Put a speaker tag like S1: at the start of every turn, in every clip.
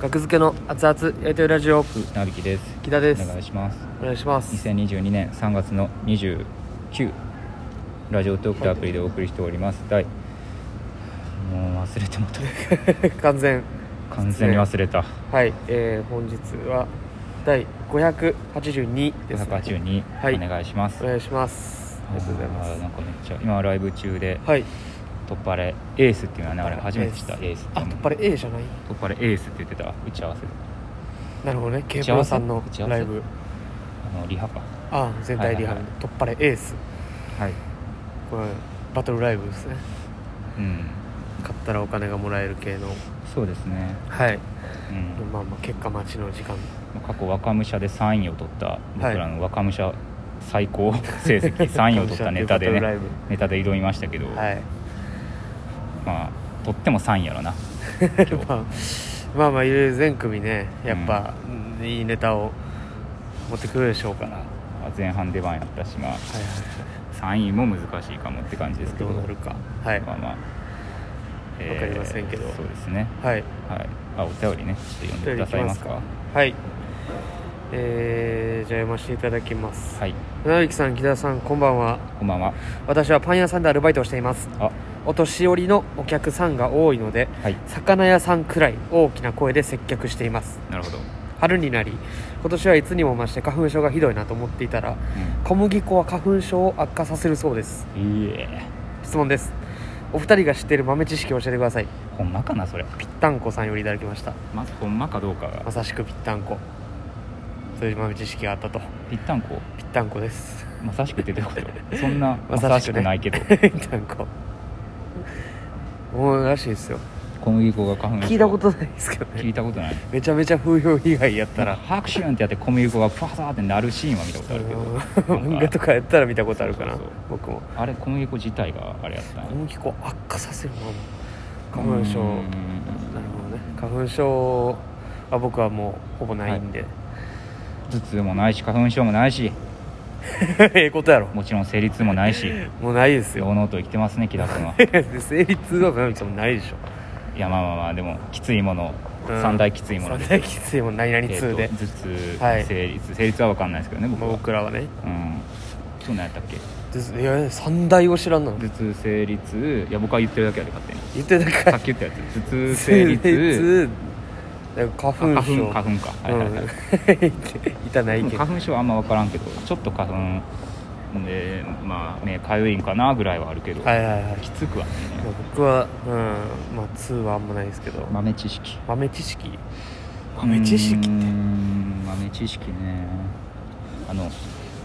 S1: 学付けの熱々やりとりラジオ
S2: なびきです。
S1: 木田です
S2: お願いします。
S1: お願いします
S2: 2022年3月の29ラジオトークというアプリでお送りしております。第もう忘れ てもた。
S1: 完全
S2: 完全に忘れた。
S1: はい、えー、本日は第582です、
S2: 182、
S1: はい
S2: お願いします。
S1: お願いしますありがとうございま
S2: あー
S1: す
S2: なんかめっちゃ今ライブ中で
S1: はい
S2: 突破レエースっていうのはねあれ初めて知った
S1: エ
S2: エースって
S1: あ
S2: いう
S1: 突
S2: の
S1: っ張り A じゃない
S2: 突破レエースって言ってた打ち合わせで
S1: なるほどね k
S2: 打
S1: p
S2: ち合
S1: o
S2: わせ
S1: さんのライブ
S2: あのリハか
S1: あー全体リハ
S2: はいはい
S1: 突破れエース
S2: はい
S1: これバトルライブですね
S2: うん
S1: 買ったらお金がもらえる系の
S2: そうですね
S1: はい
S2: うん
S1: まあまあ結果待ちの時間
S2: 過去若武者で3位を取った僕らの若武者最高成績3位を 取ったネタで
S1: バトルライ
S2: ね
S1: ブ
S2: ネタで挑みましたけど、
S1: はい
S2: まあ取っても3位や ろな
S1: まあ、まあまあいろいろ全組ねやっぱ、いいネタを持ってくるでしょうから、はい
S2: 前半出番やったしまあ3位も難しいかもって感じですけ
S1: ど
S2: ど
S1: うなるかはい
S2: まあまあ
S1: わかりませんけど
S2: そうですね
S1: はい
S2: はいあお便りねちょっと読んでくださいますか
S1: お便りいきはいえー、じゃあ読ませていただきます
S2: はい
S1: 船引さん木田さんこんばんは
S2: こんばんは
S1: 私はパン屋さんでアルバイトをしています
S2: あ
S1: お年寄りのお客さんが多いので
S2: はい
S1: 魚屋さんくらい大きな声で接客しています
S2: なるほど、
S1: 春になり今年はいつにも増して花粉症がひどいなと思っていたら小麦粉は花粉症を悪化させるそうです
S2: うん、いいえ
S1: 質問ですお二人が知っている豆知識を教えてください
S2: ほんまかなそれ
S1: ぴったんこさんよりいただきました
S2: まずほんまかどうかが
S1: まさしくぴったんこそういう豆知識があったと
S2: ぴったんこ
S1: ぴったんこです
S2: まさしくってどういうことそんな
S1: ま
S2: ま
S1: さ
S2: さ
S1: し
S2: し
S1: くね
S2: くないけど
S1: ぴったんこもうらしいですよ
S2: 小麦粉が花粉症
S1: 聞いたことないですけど
S2: 聞
S1: ね
S2: いたことない
S1: めちゃめちゃ風評被害やった
S2: たら
S1: ら
S2: ハクシュンってやって小麦粉がファーサーってなるシーンは見たことあるけど
S1: うん漫画 とかやったら見たことあるかな
S2: そうそう
S1: 僕も
S2: あれ小麦粉自体があれやったんや
S1: 小麦粉を悪化させるもの花粉症
S2: うーん
S1: なるほどね花粉症は僕はもうほぼないんで、
S2: 頭痛もないし花粉症もないし
S1: ええことやろ
S2: もちろん生理痛もないし
S1: もうないですよ
S2: 堂々と生きてますね木田君は
S1: 生理痛はなみちゃんもないでしょ
S2: いやまあまあまあでもきついもの
S1: うん
S2: 三大きついもの
S1: 三
S2: で
S1: 大きついもん何々痛
S2: え
S1: で
S2: ーと、頭痛、
S1: はい
S2: 生理痛生理痛は分かんないですけどね僕
S1: まあ
S2: は、
S1: 僕らはね
S2: うんそうなんやったっけ
S1: ずいや三大を知らんの
S2: 頭痛生理痛いや僕は言ってるだけやで勝手に
S1: 言ってたか
S2: さ
S1: ら
S2: っき言ったやつ頭痛生理痛
S1: 生理痛花
S2: 花
S1: 粉
S2: 粉
S1: 症
S2: 花粉か、はいはいはい
S1: うん いたないけど
S2: 花粉症はあんま分からんけどちょっと花粉でまあねかゆいんかなぐらいはあるけど、
S1: はいはいはい
S2: きつくはね
S1: 僕はうんまあ痛はあんまないですけど
S2: 豆知識
S1: 豆知識豆知識って
S2: うーん豆知識ねあの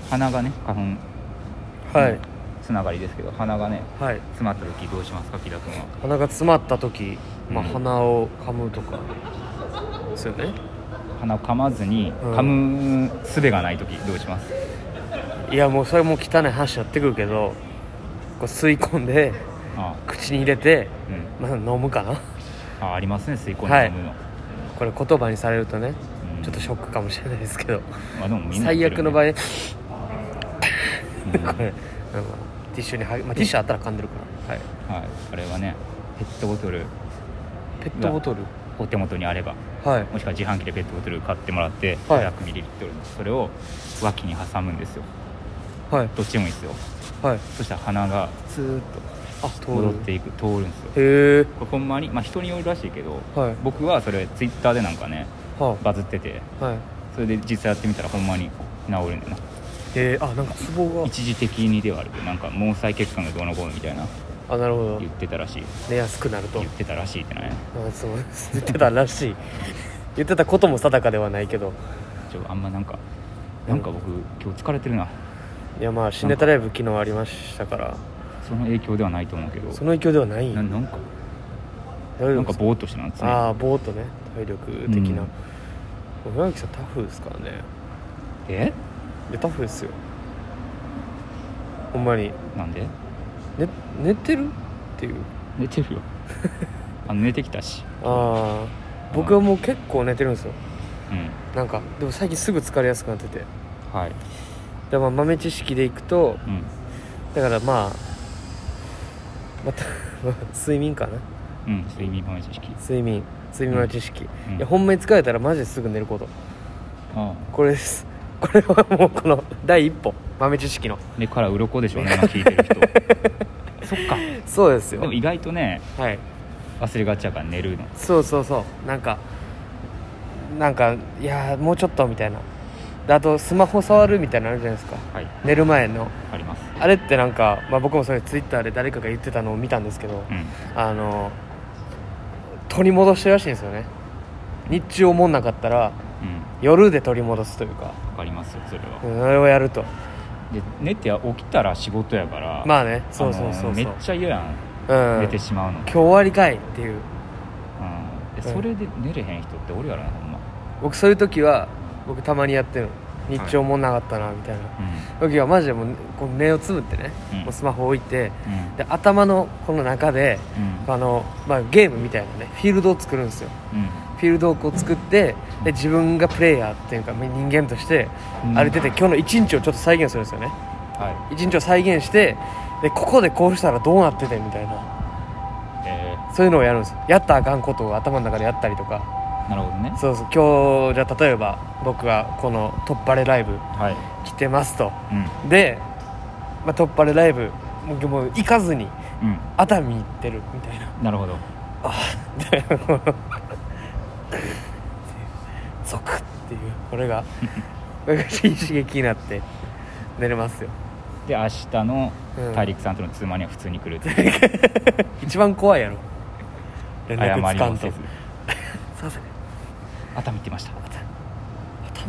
S2: 鼻がね花粉
S1: はい
S2: つながりですけど鼻がね
S1: はい
S2: 詰まった時どうしますか木田君は
S1: 鼻が詰まった時まあ
S2: うん
S1: 鼻を噛むとかですよね
S2: 鼻を噛まずに
S1: うん
S2: 噛む術がない時どうします
S1: いやもうそれもう汚い話やってくるけどこう吸い込んで
S2: あ
S1: 口に入れて、
S2: うん
S1: まあ、飲むかな
S2: あありますね吸い込ん
S1: はい
S2: で飲むの、
S1: これ言葉にされるとね
S2: うん
S1: ちょっとショックかもしれないですけど
S2: まあでもみんな
S1: 最悪の場合、
S2: 合
S1: これ、うんティッシュには、まあ、ティッシュあったら噛んでるから、はい、
S2: はいあれはねペットボトル
S1: ペットボトル
S2: お手元にあれば
S1: はい
S2: もしくは自販機でペットボトル買ってもらって
S1: はい
S2: 500ミリリットルのそれを脇に挟むんですよ
S1: はい
S2: どっちでもいいですよ
S1: はい
S2: そしたら鼻がツーッ
S1: あ
S2: と
S1: 通
S2: 戻っ
S1: る
S2: ていく通るんですよ
S1: へえ
S2: これほんまにまあ人によるらしいけど
S1: はい
S2: 僕はそれツイッターでなんかね
S1: は
S2: バズってて
S1: あはい
S2: それで実際やってみたらほんまに治るんだよな
S1: へえあなんかツボが
S2: 一時的にではあるけどなんか毛細血管がどうのこうのみたいな
S1: あなるほど
S2: 言ってたらしい
S1: 寝やすくなると
S2: 言ってたらしいってなんや
S1: あそう言ってたらしい言ってたことも定かではないけど
S2: ちょあんまなんかなんか僕今日疲れてるない
S1: やまあ新ネタライブ昨日ありましたから
S2: その影響ではないと思うけど
S1: その影響ではない
S2: ななんか
S1: 大丈夫
S2: なん
S1: で
S2: か
S1: す
S2: ぼーっとしてなんですね
S1: ああボートね体力的な、
S2: う
S1: う船木さんタフですからね
S2: え
S1: いやタフですよほんまに、
S2: なんで
S1: ね、寝てるっていう
S2: 寝て るよあの寝てきたし
S1: ああ僕はもう結構寝てるんですよ
S2: うん
S1: なんかでも最近すぐ疲れやすくなってて
S2: はい
S1: でまあ豆知識でいくと
S2: うん
S1: だからまあまた 睡眠かな
S2: うん睡眠豆知識
S1: 睡眠睡眠の知識、
S2: うん
S1: いやほんまに疲れたらマジですぐ寝ること
S2: あ
S1: これですこれはもうこの第一歩豆知識の
S2: あでから鱗でしょうね今聞いてる人そっか
S1: そうです
S2: で
S1: よ
S2: も意外とね
S1: はい
S2: 忘れがちやから寝るの
S1: そうそうそうなんかなんかいやーもうちょっとみたいなであとスマホ触るみたいなのあるじゃないですか
S2: はい
S1: 寝る前の
S2: あります
S1: あれってなんか、まあ、僕もそれツイッターで誰かが言ってたのを見たんですけど、
S2: うん
S1: あの取り戻してるらしいんですよね日中思んなかったら
S2: うん
S1: 夜で取り戻すというか
S2: わかりますよそれは
S1: うんそれをやると
S2: で寝て起きたら仕事やから
S1: まあねそうそうそうそう、
S2: あのめっちゃ嫌やん
S1: うん、
S2: 寝
S1: 今
S2: てしまうの、うん
S1: 日終わりかいっていう
S2: で
S1: うん
S2: それで寝れへん人っておるやろなほんま、
S1: 僕そういう時は僕たまにやってるの日中思んなかったなみたいな、
S2: う
S1: 時はマジでもうこう目をつぶってね、
S2: うん
S1: もうスマホ置いて
S2: んうん
S1: で頭のこの中で
S2: う
S1: あの、まあ、ゲームみたいなねフィールドを作るんですよ
S2: んうん
S1: フィールドをこう作ってで自分がプレイヤーっていうか人間として
S2: うん
S1: あれ出て今日の一日をちょっと再現するんですよね
S2: は
S1: 一日を再現してでここでこうしたらどうなっててみたいない
S2: え
S1: そういうのをやるんですよやったらあかんことを頭の中でやったりとか
S2: ー、なるほどね
S1: そうそう今日じゃあ例えば僕がこの「突破レライブ
S2: はい」
S1: 来てますと
S2: う
S1: で、まあ、突破レライブもうもう行かずに
S2: ん
S1: 熱海行ってるみたいな
S2: うんなるほど
S1: ゾクっていうこれがこれがいい刺激になって寝れますよ
S2: で明日の
S1: うん
S2: 大陸さんとの通話には普通に来る っていう
S1: 一番怖いやろ連
S2: 謝
S1: 絡つ
S2: り
S1: か
S2: も
S1: ん
S2: せ
S1: と
S2: ず
S1: すいません
S2: 熱海行ってました
S1: 熱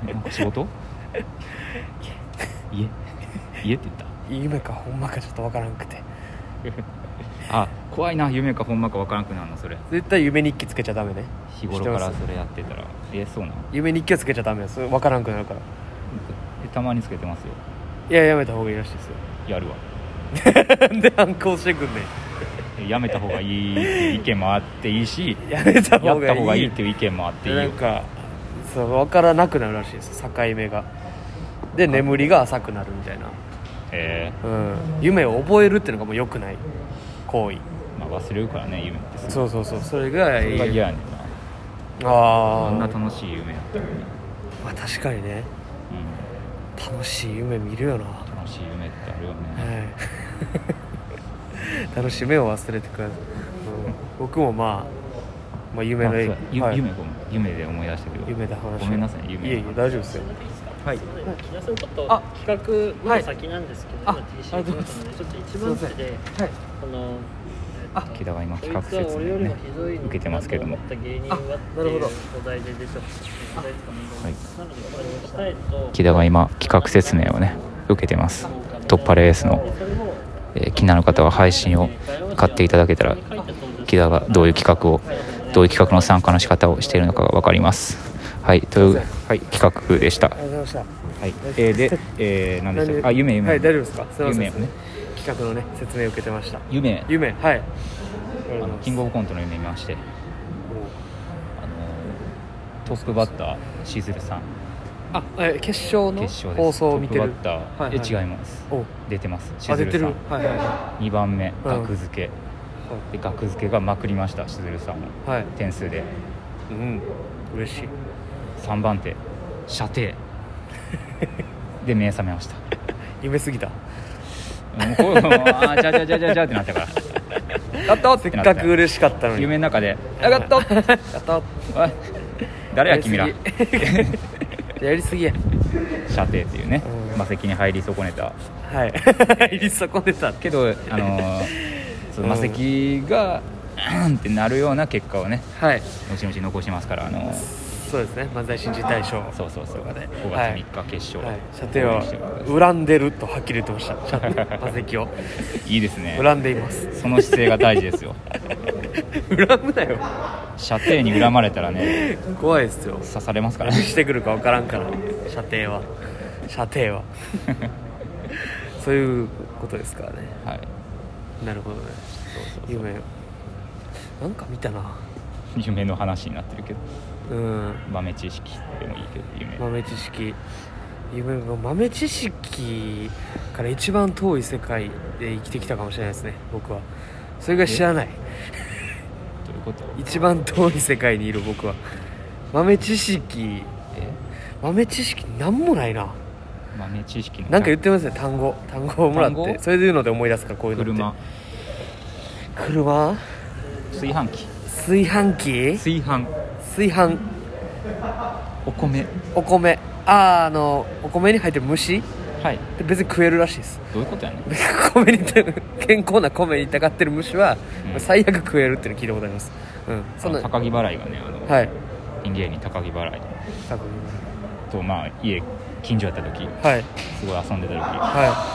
S1: 海
S2: なんか仕事家家って言った
S1: 夢かほんまかちょっとわからんくて
S2: あ怖いな夢かほんまかわからなくなるのそれ
S1: 絶対夢日記つけちゃダメね
S2: 日頃からそれやってたらえそうなの
S1: 夢日記はつけちゃダメですわからんくなるから
S2: えたまにつけてますよ
S1: いややめた方がいいらしいですよ
S2: やるわ
S1: なんで反抗してくんね
S2: えやめた方がいいっていう意見もあっていい し
S1: んやめた
S2: や
S1: 方
S2: った方が
S1: がい
S2: い
S1: い
S2: いっていう意見もあっていい
S1: な
S2: よ
S1: んかそう分からなくなるらしいです境目がで眠りが浅くなるみたいな、
S2: え
S1: うん、夢を覚えるっていうのがもう良くない行為
S2: ーまあ、忘れるからね夢ってそ
S1: そうそうそうそれが
S2: れが
S1: いい
S2: 嫌やねんな
S1: あ
S2: あんな
S1: ー、
S2: 楽しい夢やったのに、
S1: まあ、確かにね
S2: う
S1: 楽しい夢見るよな、
S2: ん、楽しい夢ってあるよね
S1: はい、楽しみを忘れてください、うん僕もまあ、まあ、夢の、
S2: あそうや
S1: はい
S2: ゆ夢ごめん夢で思い出してるわ
S1: 夢だ話
S2: ごめんなさい夢
S1: いえいえ大丈夫ですよはい
S3: 木田さんちょっと
S1: あ
S3: 企画
S1: はい
S3: の先なんですけど、
S1: あ
S3: 今 TC 来ましたのでちょっと一番地でこの
S1: あ
S3: えっ
S2: 木
S3: と
S2: 田が今企画
S3: こいつ
S2: 説
S3: は俺
S2: 明を
S3: よりも
S2: ね
S3: ひどいの
S2: 受けてますけども
S3: だと思った芸人
S1: あ
S3: はって
S1: なる
S3: い
S1: ほ
S3: う
S1: ど
S3: お題で出てほしいお題とか問題ですなのでこれにしたいと
S2: 木田が今企画説明をね受けてます突破レースの、えー気になる方は配信を買っていただけたら木田がどういう企画をどういう企画の参加の仕方をしているのかが分かりますはいという、はい、企画でした
S1: ありがとうございました
S2: はい、えーで、えー、何でしたっけあ夢夢
S1: はい大丈夫ですかすいません
S2: 夢ね
S1: 企画のね説明を受けてました
S2: 夢
S1: 夢はい
S2: あのキングオブコントの夢見ましてあのートップバッターしずるさん
S1: あえ決勝の
S2: 決勝です
S1: 放送を見てる
S2: トップバッター、
S1: はいはい
S2: え違います
S1: お
S2: 出てますし
S1: あ
S2: ず
S1: 出て
S2: るさ
S1: るは
S2: ん
S1: いはいは
S2: 2番目
S1: うん
S2: 額付け、で額付けがまくりましたしずるさんを
S1: いはい
S2: 点数で
S1: うん嬉しい
S2: 3番手射 程で目覚めました
S1: 夢すぎた
S2: うんこうあーじゃあじゃあじゃあじゃあじゃあってなったか
S1: やったせっかく嬉しかったの
S2: ら
S1: に
S2: 夢の中で「
S1: やったやった
S2: おい誰 や君ら
S1: やりすぎやりすぎや
S2: 射程」っていうね
S1: うん
S2: 魔石に入り損ねた
S1: はい 入り損ねた
S2: けどあの ーそう
S1: うん
S2: 魔石がうんってなるような結果をね
S1: はい
S2: 後々残しますからあのー
S1: そうですね漫才新人大賞
S2: そうそうそう
S1: と
S2: 5
S1: かね
S2: 月
S1: はい
S2: 3日決勝、
S1: はい
S2: い、
S1: 射程は恨んでるとはっきり言ってました射程馬石を
S2: いいですね
S1: 恨んでいます
S2: その姿勢が大事ですよ
S1: 恨むなよ
S2: 射程に恨まれたらね
S1: 怖いですよ
S2: 刺されますから
S1: 何してくるか分からんから射程は射程はそういうことですからね
S2: はい
S1: なるほどね夢なんか見たな
S2: 夢の話になってるけど
S1: うん
S2: 豆知識でもいいけど夢
S1: 豆知識夢が豆知識から一番遠い世界で生きてきたかもしれないですね僕はそれが知らない
S2: ということ
S1: 一番遠い世界にいる僕は豆知識
S2: え
S1: 豆知識なんもないな
S2: 豆知識の
S1: なんか言ってますね単語単語をもらっ
S2: 単
S1: て
S2: 語
S1: それで言うので思い出すからこういうのって
S2: 車
S1: 車
S2: 炊飯器
S1: 炊飯器
S2: 炊飯
S1: 炊飯
S2: お米
S1: お米あーあのお米に入ってる虫っ
S2: はい
S1: て別に食えるらしいです
S2: どういうことやねん
S1: 米にた健康な米にたかってる虫は、
S2: うん
S1: 最悪食えるっていうの聞いたことありますうんそんな
S2: 高木払いがねあの、
S1: はい
S2: ピン芸人高木払い
S1: 多分
S2: とまあ家近所やった時
S1: はい
S2: すごい遊んでた時
S1: は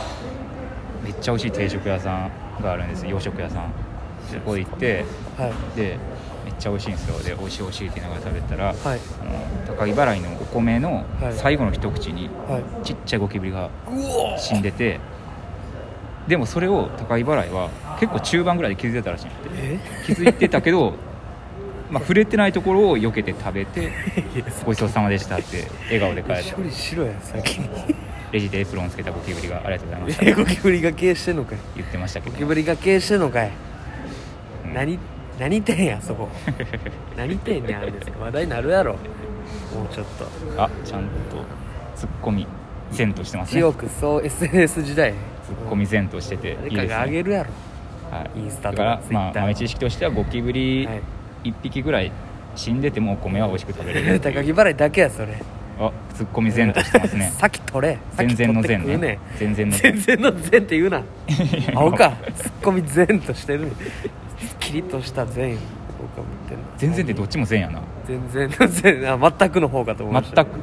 S2: めっちゃ美味しい定食屋さんがあるんです洋食屋さんそこ行って
S1: いはい
S2: でめっちゃ美味しいんですよで美味しい美味しいって言いながら食べたら、
S1: はい
S2: あの高木払いのお米の
S1: はい
S2: 最後の一口に
S1: はい
S2: ちっちゃいゴキブリが
S1: うお
S2: 死んでてでもそれを高木払いは結構中盤ぐらいで気づいてたらしいんで
S1: え
S2: 気づいてたけど まあ触れてないところを避けて食べてごちそうさまでしたって笑顔で帰った
S1: 処理しろや先に
S2: レジでエプロンつけたゴキブリがありがとうございまし た
S1: えゴキブリが経営してんのかい
S2: 言ってましたけ
S1: ゴキ
S2: ど、
S1: ブリが経営してんのかい
S2: うん
S1: 何何てんやそ こ何てんねんあれです話題になるやろもうちょっと
S2: あちゃんとツッコミ善としてますね
S1: 強くそう SNS 時代
S2: ツッコミ善としててい
S1: 誰
S2: い
S1: か
S2: です
S1: があ
S2: ね
S1: げるやろ
S2: はい
S1: インスタと
S2: だか
S1: から
S2: まあ
S1: Twitter
S2: 豆知識としてはゴキブリ
S1: はい
S2: 1匹ぐらい死んでてもお米は美味しく食べれる
S1: 高木払いだけやそれ
S2: あツッコミ善としてますね
S1: 先取れ
S2: 全然の
S1: 先
S2: 善
S1: 取って
S2: ね全然の
S1: 食うねん全然
S2: 善
S1: の善って言 うな青かツッコミ善としてるキリッとした善よ僕は思ってんの
S2: 全然ってどっちも善やな
S1: 全然の善あ全くの方かと思いました
S2: 全く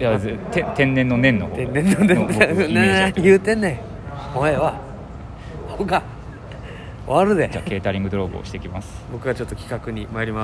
S2: いやぜて天然の念の方
S1: 天然の
S2: 僕イメー
S1: 善
S2: ジや
S1: な
S2: っ
S1: あ
S2: た
S1: 言うてんねんお前は青か終わる
S2: じゃあ
S1: で
S2: ケータリング泥棒してきます
S1: 僕はちょっと企画に参ります